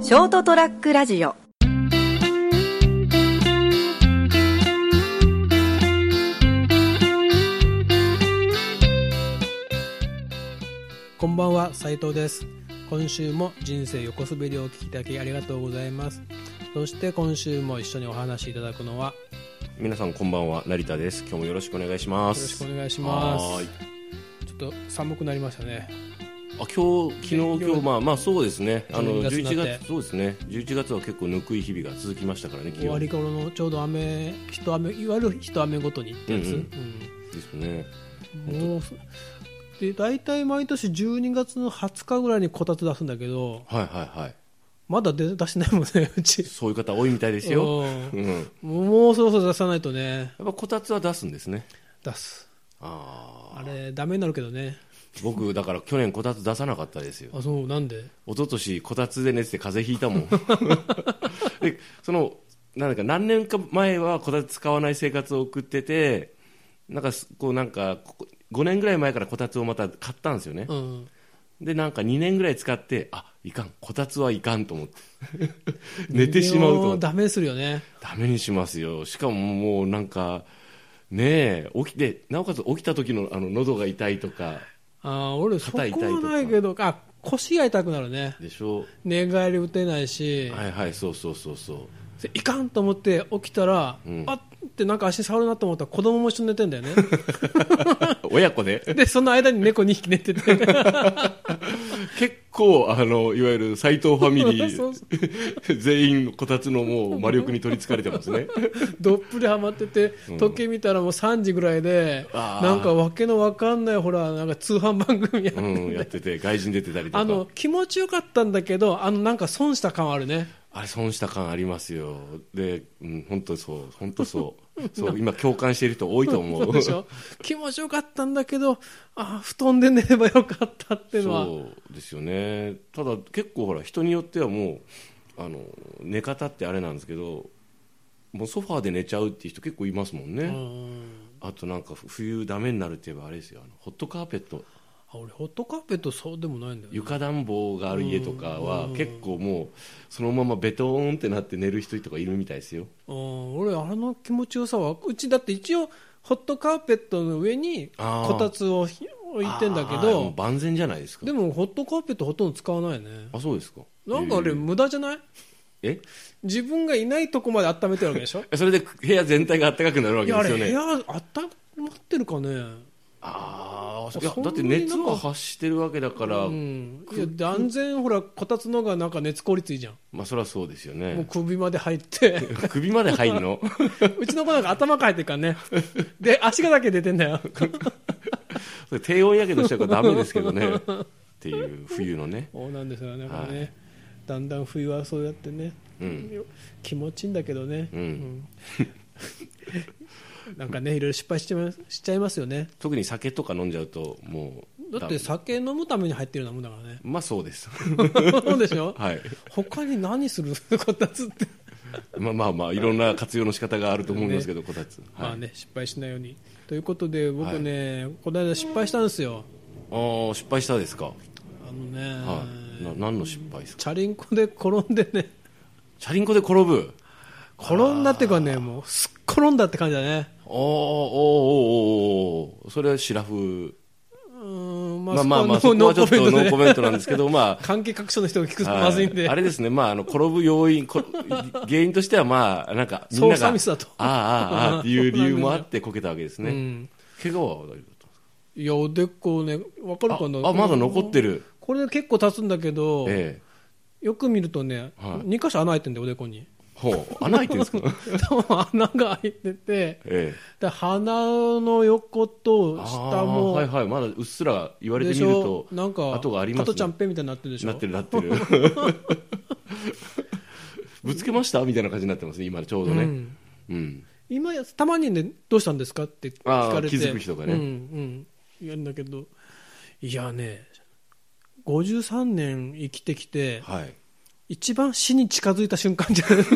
ショートトラックラジオこんばんは、斉藤です。今週も人生横滑りをお聞きいただきありがとうございます。そして今週も一緒にお話しいただくのは、皆さんこんばんは成田です今日もよろしくお願いしまよろしすくお願いします。はーいちょっと寒くなりましたね。あ今日昨日ね今日まあまあそうですねあの12月にな11って月そうですね11月は結構ぬくい日々が続きましたからね気終わ温りで頃のちょうど雨、一雨、いわゆる一雨ごとにってやつ。うんすねうんもうすで大体毎年12月の20日ぐらいにこたつ出すんだけどはいはいはいまだ出出してないもんね うちそういう方多いみたいですよううんんやっもうそろそろ出さないとねぱこたつは出すんですね出すあああれダメになるけどね僕だから去年こたつ出さなかったですよあそうなんで一昨年こたつで寝てて風邪ひいたもんでそのなんだか何年か前はこたつ使わない生活を送っててなんかすこうなんかここ5年ぐらい前からこたつをまた買ったんですよね、うんでなんか2年ぐらい使ってあいかんこたつはいかんと思って寝てしまうとも思ってダメにするよねダメにしますよしかももうなんかねえ起きてなおかつ起きた時のあの喉が痛いとかあー俺そこ肩痛いとかはないけどあ腰が痛くなるねでしょ寝返り打てないし、はいはいそうそうそうそうでい、かんと思って起きたら、うんあってなんか足触るなと思ったら子供も一緒に寝てんだよね 親子ででその間に猫2匹寝てて 結構あのいわゆる斎藤ファミ リそうそー 全員こたつのもう魔力に取りつかれてま すねどっぷりハマってて時計見たらもう3時ぐらいで、あーなんかわけのわかんないほらなんか通販番組やってうて、んやってて外人出てたりとかあの気持ちよかったんだけどあのなんか損した感はあるねあれ損した感ありますよで、うん、本当そう本当そうそう今共感している人多いと思うそうでしょ 気持ちよかったんだけどあー布団で寝ればよかったっていうのはそうですよねただ結構ほら人によってはもうあの寝方ってあれなんですけどもうソファーで寝ちゃうっていう人結構いますもんね、うんあとなんか冬ダメになるって言えばあれですよあのホットカーペットあ俺ホットカーペットそうでもないんだよね床暖房がある家とかは結構もうそのままベトーンってなって寝る人とかいるみたいですようん俺あれの気持ちよさはうちだって一応ホットカーペットの上にあーこたつをひ置いてんだけあーもうど万全じゃないですかでもホットカーペットほとんど使わないねあそうですかなんかあれ無駄じゃないえ自分がいないとこまで温めてるわけでしょえそれで部屋全体が暖かくなるわいけやあですれよ部ね屋温まってるかねあああいやそんなだっにて熱を発してるわけだから、うんいや断然ほらこたつの方がなんか熱効率いいじゃんまあそりゃそうですよもうね首まで入って 首まで入るのうちの子なんか頭から入ってるからねで足がだけ出てんだ よそれ低温やけどしちゃうからダメですけどねっていう冬のねそうなんですよねなんかね、はいだんだん冬はそうやってね、うん気持ちいいんだけどね、うんうん なんかねいろいろ失敗しちゃいますしちゃいますよね特に酒とか飲んじゃうともうだって酒飲むために入ってるようなもんだ だまあそうですからねそうでしょ、はい他に何するこたつって、まあまあまあいろんな活用の仕方があると思いますけど、こたつ、はいまあね失敗しないようにということで僕ね、この間失敗したんですよああ失敗したですか、はあのね、い、な何の失敗ですかチャリンコで転んでねチャリンコで転ぶ転んだっていうかねもうすっ転んだって感じだねおーおーおーおーおーそれはシラフうーんままあまあまあそそここはちょっとノーコで メントなんですけどまあ関係各所の人が聞くと まずいんで、あれですね、まあ、あの転ぶ要因、こ原因としては、まあ、なんか、みん操な作が、ミスだとああ、ああ、あ あっていう理由もあって、こけたわけですうね。ん、怪我は大丈いやおでこねわかるか夫なああ、まだ残ってる。これ結構立つんだけど、ええ。よく見るとね、はい二2箇所穴開いてんだよおでこに ほう、穴開いてるんですか多分穴が開いててええ。で鼻の横と下もああはいはい、まだうっすら言われてでみしるょと、なんか跡があり加まトすちゃんね。ペンみたいになってるでしょなってるなって る。ぶつけましたみたいな感じになってますね、今ちょうどうね。んうん。今やたまにねどうしたんですかって聞かれてあー気づく人がねうんうん言うんだけどいやね53年生きてきてはい。一番死に近づいた瞬間じゃない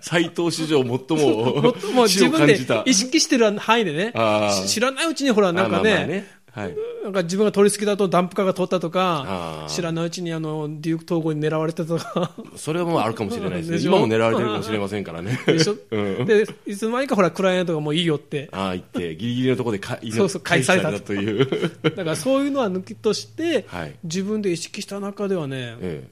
斎藤史上最も もう 死自を分感でじた。意識してる範囲でねあーし知らないうちにほらなんかあまあまねあねはい、なんか自分が通り過ぎだとダンプカーが通ったとかあ、ー知らないうちにあのデューク統合に狙われてたと か、それはもうあるかもしれないですねでしょ今も狙われてるかもしれませんからね でしょうん、でいつの間にかほら、クライアントがもういいよ って、ああ言ってギリギリのところでか そうそう返された 返というだからそういうのは抜きとして、はい自分で意識した中ではね、え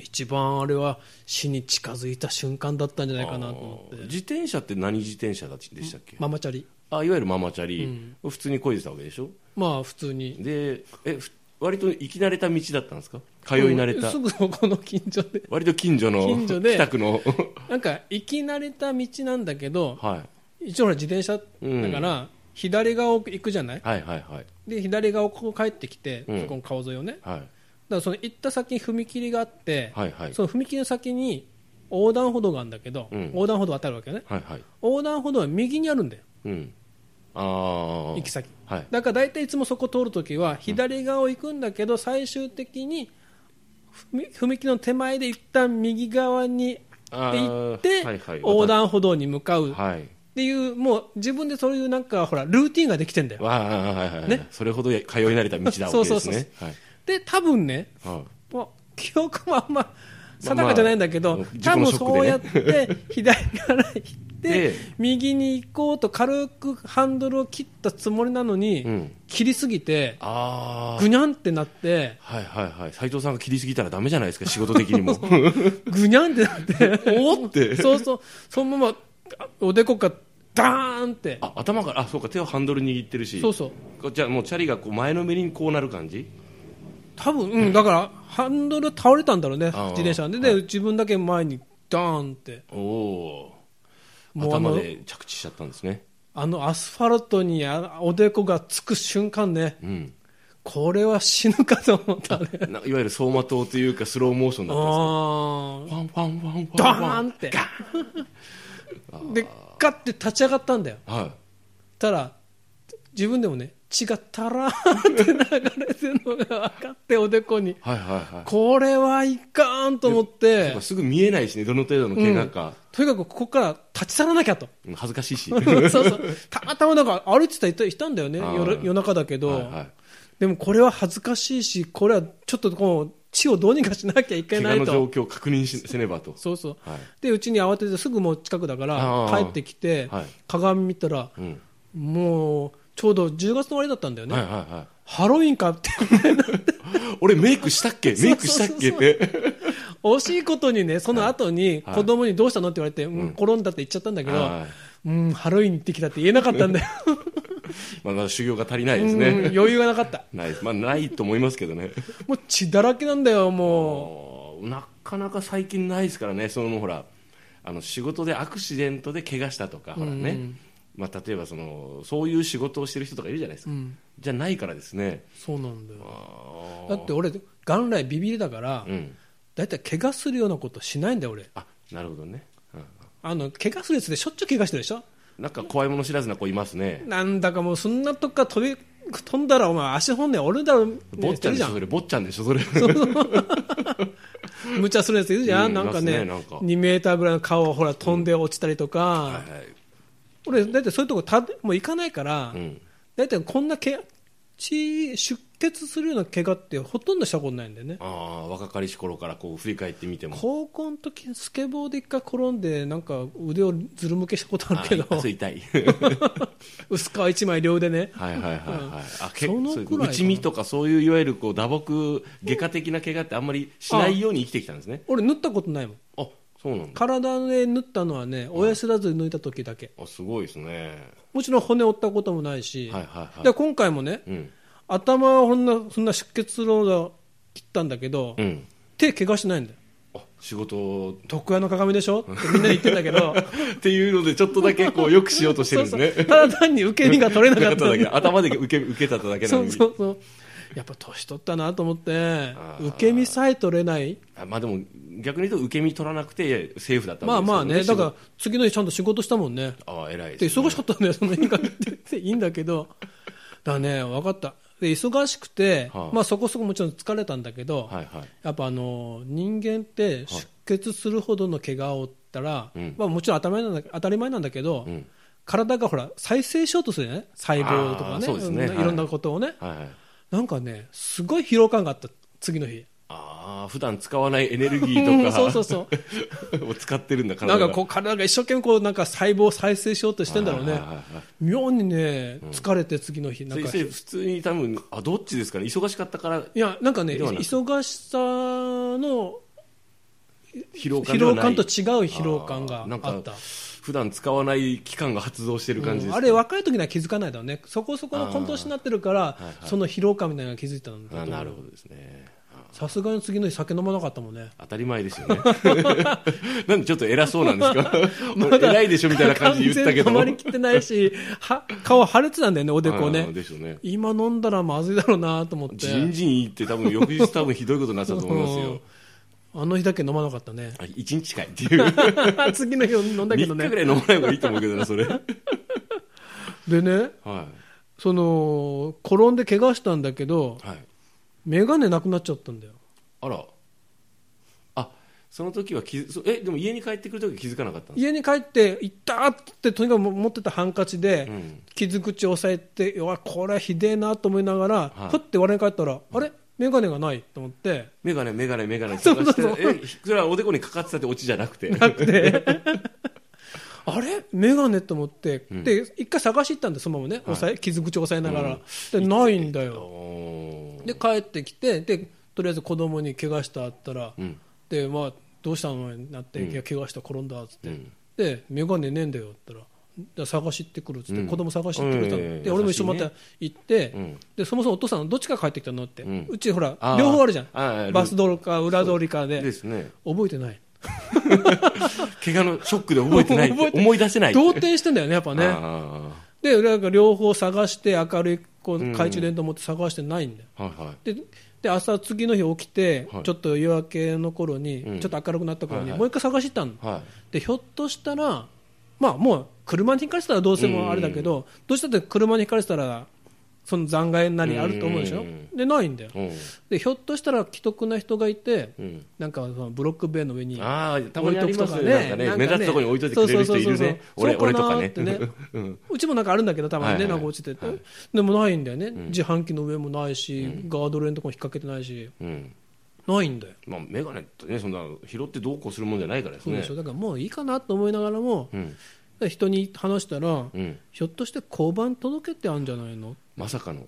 一番あれは死に近づいた瞬間 だったんじゃないかなと思えって、自転車って何自転車だちでしたっけ、ママチャリ、あいわゆるママチャリ、普通に漕いでたわけでしょまあ普通に、でえふ割と行き慣れた道だったんですか通い慣れた、すぐそこの近所で、割と近所の近所で北区の なんか行き慣れた道なんだけど、は一応ほら自転車だから、左側を行くじゃないい、はいはいはいで左側をこう帰ってきて、うんそこの川沿いをねだかはいらその行った先に踏切があって、はいはいその踏切の先に横断歩道があるんだけど、うん横断歩道渡るわけよねはいはい横断歩道は右にあるんだようんああ行き先はいだから大体いつもそこ通るときは左側を行くんだけど、最終的に踏踏切の手前で一旦右側にあー行って、はいはい横断歩道に向かうっはいていうもう自分でそういうなんかほらルーティンができてんだよわあはいはいはい、ねそれほど通い慣れた道だわけですねそうそうそうはいで多分ねはいもう記憶もあんま定かじゃないんだけど、まあまあ多分自己のそうシやョっッ て左から行ってで右に行こうと軽くハンドルを切ったつもりなのに、うん切りすぎてああぐにゃんってなってはいはいはい斉藤さんが切りすぎたらダメじゃないですか仕事的 にもぐにゃんってなっておーってそうそうそのままあおでこがダーンってあ頭からあそうか手をハンドル握ってるしそうそうこじゃあもうチャリがこう前のめりにこうなる感じ多分、うん、だからハンドル倒れたんだろうねあー自転車でで、自分だけ前にダーンっておおもうあ頭ので着地しちゃったんですねあのアスファルトにあおでこがつく瞬間ねうんこれは死ぬかと思ったね。ないわゆる走馬灯というかスローモーションだったんですあファンファンファンフドァンファーンンって。で、ガッて立ち上がったんだよ。はたら、自分でもね、血がたらーって流れてるのが分かって、おでこに。い、はいはいはいこれはいかんと思っなんてか、すぐ見えないしねどの程度の怪我か、とにかくここから立ち去らなき ゃと。うん恥ずかしいしそうそう。たまたまなんか歩いてた人いたんだよね。あー夜夜中だけど、はいはいでもこれは恥ずかしいし、これはちょっとこう、血をどうにかしなきゃいけ怪な我いの状と。況を確認しせねばとそうそう。はいでうちに慌ててすぐもう近くだからあー帰ってきて、はい鏡見たらうんもうちょうど10月の終わりだったんだよね、はいはいはハロウィンか ってい俺メイクしたっけメイクしたっけって惜しいことにねその後にはい子供にどうしたのって言われて、うん転んだって言っちゃったんだけど、はうんハロウィン行ってきたって言えなかったんだよ、いまだ修行が足りない ですうんね余裕がなかったないですまあないと思いますけどねもう血だらけなんだよもなかなか最近ないですからねそのほらあの仕事でアクシデントで怪我したとかほらね、まあ、例えばそのそういう仕事をしてる人とかいるじゃないですか、じゃないからですねうそうなんだよだあって俺元来ビビりだから、うんだいたい怪我するようなことしないんだよ俺あなるほどね、うんあの怪我するやつでしょっちゅう怪我してるでしょなんか怖いもの知らずな子いますねなんだかもうそんなとこから飛び飛んだらお前足本で折るだろね坊っちゃんでしょそれ坊っちゃんでし ょそれ無茶するやついるじゃん、うんなんかいますねねなんか2メーターぐらいの顔をほら飛んで落ちたりとはか、いはい俺だってそういうとこたもう行かないから、うんだいたいこんなけ血出血するような怪我ってほとんどしたことないんだよねああ若かりし頃からこう振り返ってみ ても高校の時スケボーで一回転んでなんか腕をずるむけしたことあるけどあー痛い 薄皮一枚両腕ねはいはいはいはいあけそのそういうくらいかな内身とかそういういわゆるこう打撲外科的な怪我ってあんまりしないように生きてきたんですね俺縫ったことないもんあそうなんだ体で縫ったのはね親知らず抜いた時だけあすごいですねもちろん骨折ったこともないし、はいはいはいで今回もね、うん頭はそんなそんな出血ローダー切ったんだけど、うん手怪我しないんだよあ仕事徳屋の鏡でしょってみんなに言ってんだけ どっていうのでちょっとだけこうよくしようとしてるんですねそうそうただ単に受け身が取れなかったんだだけ頭で受け受けただけなそのうに そうそうやっぱ年取ったなと思ってあー受け身さえ取れないあまあでも逆に言うと受け身取らなくてセーフだったまあわけですまあねけどだから次の日ちゃんと仕事したもんねああ偉いでですね忙しかったんだよその日がっていいんだけどだからね分かったで忙しくて、はあまあ、そこそこもちろん疲れたんだけど、はいはいやっぱあの人間って出血するほどの怪我を負ったら、うんまあ、もちろん当たり前なんだ当たり前なんだけど、うん体がほら再生しようとするよね細胞とかあーねそうですねうんはいいろんなことをね、はいはい、なんかねすごい疲労感があった次の日ああ普段使わないエネルギうーんとかそうそうそう を使ってるんだな体んがかこう体が一生懸命こうなんか細胞を再生しようとしてんだろうね、はいはいはいはい妙にね、疲れて次の日、なんか、先生い普通に多分あどっちですかね忙しかったからや、なんかね、ではなく忙しさの疲労感疲では労ない感と違う疲労感があーなんあっかた。普段使わない器官が発動してる感じうでんす、あれ若い時には気づかないだろうね、そこそこのコントロールになってるから、はいその疲労感みたいなのが気づいたんだあとな思るうほどですねあさすがに次の日、酒飲まなかったもんね、当たり前ですよね なんでちょっと偉そうなんですか まだ偉いでしょみたいな感じで言ったけ完全にど溜まりきってないし、は顔腫れてたんだよね、おでこあーね、でしょうね今飲んだらまずいだろうなと思って、じんじんいって多分翌日多分ひどいことになってたと思いますよ、うんあの日だけ飲まなかったね あ一日かいっていう次の日飲んだけど3日ねぐ。らい飲まない方がいいと思うけどな それはいでね、その転んで怪我したんだけどはい眼鏡なくなっちゃったんだよあらあその時は気づそえでも家に帰ってくる時は気づかなかったんです家に帰って「行った!」ってとにかく持ってたハンカチで、うん傷口を押さえて「うわこれはひでえな」と思いながら、はいふって我に返ったら「あれ眼鏡がない」と思ってメガネメガネメガネ探してえそれはおでこにかかってたってオチじゃなくてなくてあれ眼鏡と思って、うんで一回探し行ったんでそのままね、押さえ傷口を押さえながら、でないんだよおーで帰ってきてでとりあえず子供に怪我したあったら、うんでまあどうしたのになって、うんいや怪我した転んだっつって、うんで眼鏡ねえんだよって言ったらじゃあ探し行ってくるっつって、うん子供探し行ってくれたの、ええで俺も一緒にま優た行って、うんでそもそもお父さんどっちから帰ってきたのって、ううんちほらあー両方あるじゃあーんバス通りか裏通りかでですね覚えてない怪我のショックで覚えてないっ 覚えてて思い出せない動転してんだよねやっぱあねーで俺が両方探して明るいこう懐中電灯持って探してないんだよ、はいはいでで朝次の日起きて、はいちょっと夜明けの頃に、うんちょっと明るくなった頃に、はいはいもう一回探してたの、はいでひょっとしたら、まあ、もう車にひかれてたらどうせもあれだけど、どうしたって車にひかれてたらその残骸なりあると思うでしょ、うんでないんだようんでひょっとしたら既得な人がいて、うんなんかそのブロック塀の上にああたま置いにあとりくまとすかねよねなんかね目立つところに置いといてくれる人いるそうそうそうねそう俺俺とかそうねかなーってねうんうちもなんかあるんだけどたまにね、はいはいなんか落ちてて、でもないんだよね、ん自販機の上もないし、ガードレールのとこに引っ掛けてないしうんないんだよまあメガネってねそんな拾ってどうこうするもんじゃないからですそうねでしょ、だからもういいかなと思いながらもうん人に話したら、うんひょっとして交番届けってあるんじゃないのまさかのっ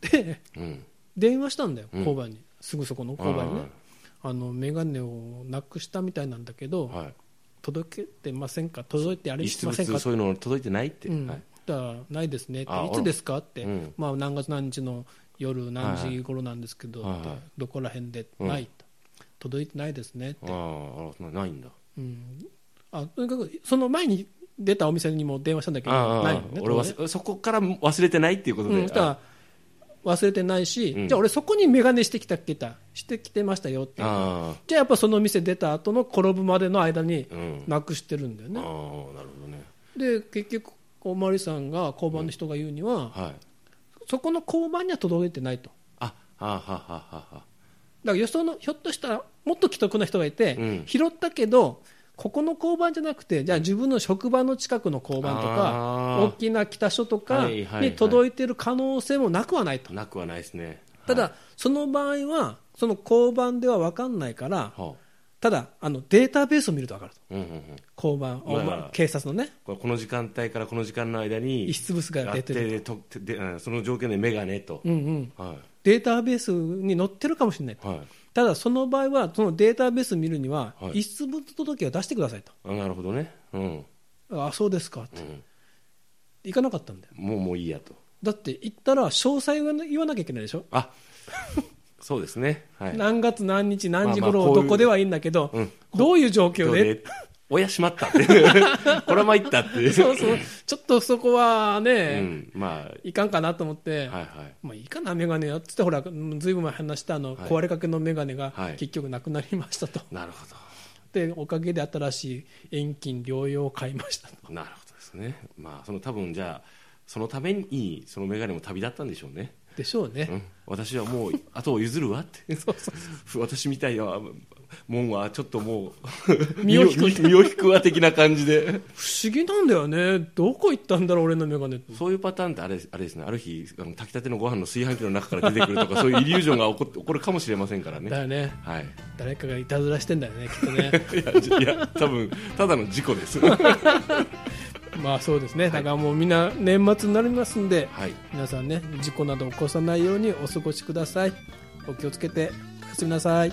てうん電話したんだよ、うん交番にすぐそこの交番にねはいあの眼鏡をなくしたみたいなんだけど、はい届けてませんか届いてあれ遺し失ませんか物そういうの届いてないってうんはいだからないですねってあいつですかって、うんまあ、何月何日の夜何時頃なんですけど、はいはいどこら辺で、うんないと届いてないですねってあーあらないんだうんあとにかくその前に出たお店にも電話したんだけあどあないのね俺は当然そこから忘れてないっていうことうで、ん、そしたら忘れてないし、うんじゃあ俺そこに眼鏡してきたっけたしてきてましたよってじゃああやっぱその店出た後の転ぶまでの間にあうんなくしてるんだよああなるね、ほどねで結局おまわりさんが交番の人が言うには、はいそこの交番には届いてないとあはあはあはあはあだからよそのひょっとしたらもっと既得な人がいて、うん拾ったけどここの交番じゃなくてじゃあ自分の職場の近くの交番とあかー大きな北署とかはいはいはいに届いてる可能性もなくはないとなくはないですねただ、はいその場合は、その交番では分かんないから、はただ、あのデータベースを見ると分かると、あうんうんうん交番、まあおまあ警察のね、これこの時間帯からこの時間の間に遺失物が出てる、あってとでうんその条件で眼鏡と、うんうん、はデータベースに載ってるかもしれないと、いはいただ、その場合は、そのデータベース見るには、はい遺失物届を出してくださいと、あなるほどねうん、あそうですかってう、ん、行かなかったんだよ、もうもういいやとだって行ったら、詳細は言わなきゃいけないでしょ、あそうですねはい何月何日、何時まあま頃、あこういどうこではいいんだけどうん、どういう状況でで親閉まったって これは参ったっ てそうそう、ちょっとそこはうね、ん、まいかんかなと思って、あはいはいまあいいかな、メガネやっつって、ほら、うんずいぶん前話したあの、はい壊れかけのメガネがはい結局なくなりましたと、 なるほでおかげで新しい遠近療養を買いましたと、どなるほどですねまあその多分じゃあそのためにその眼鏡も旅立ったんでしょうね、でしょうね、うん、私はもう後を譲るわって そうそう私みたいは門はちょっともう 身を引く身を引くわ的な感じで不思議なんだよねどこ行ったんだろう俺の眼鏡ってそういうパターンってあれあれですねある日あの炊きたてのご飯の炊飯器の中から出てくるとかそういうイリュージョンが起こって起こるかもしれませんからだね、よねはい、誰かがいたずらしてんだよねきっとね いやじいや多分ただの事故ですまあそうですね、だからもうみんな年末になりますんで、はい皆さんね事故など起こさないようにお過ごしくださいお気をつけておやすみなさい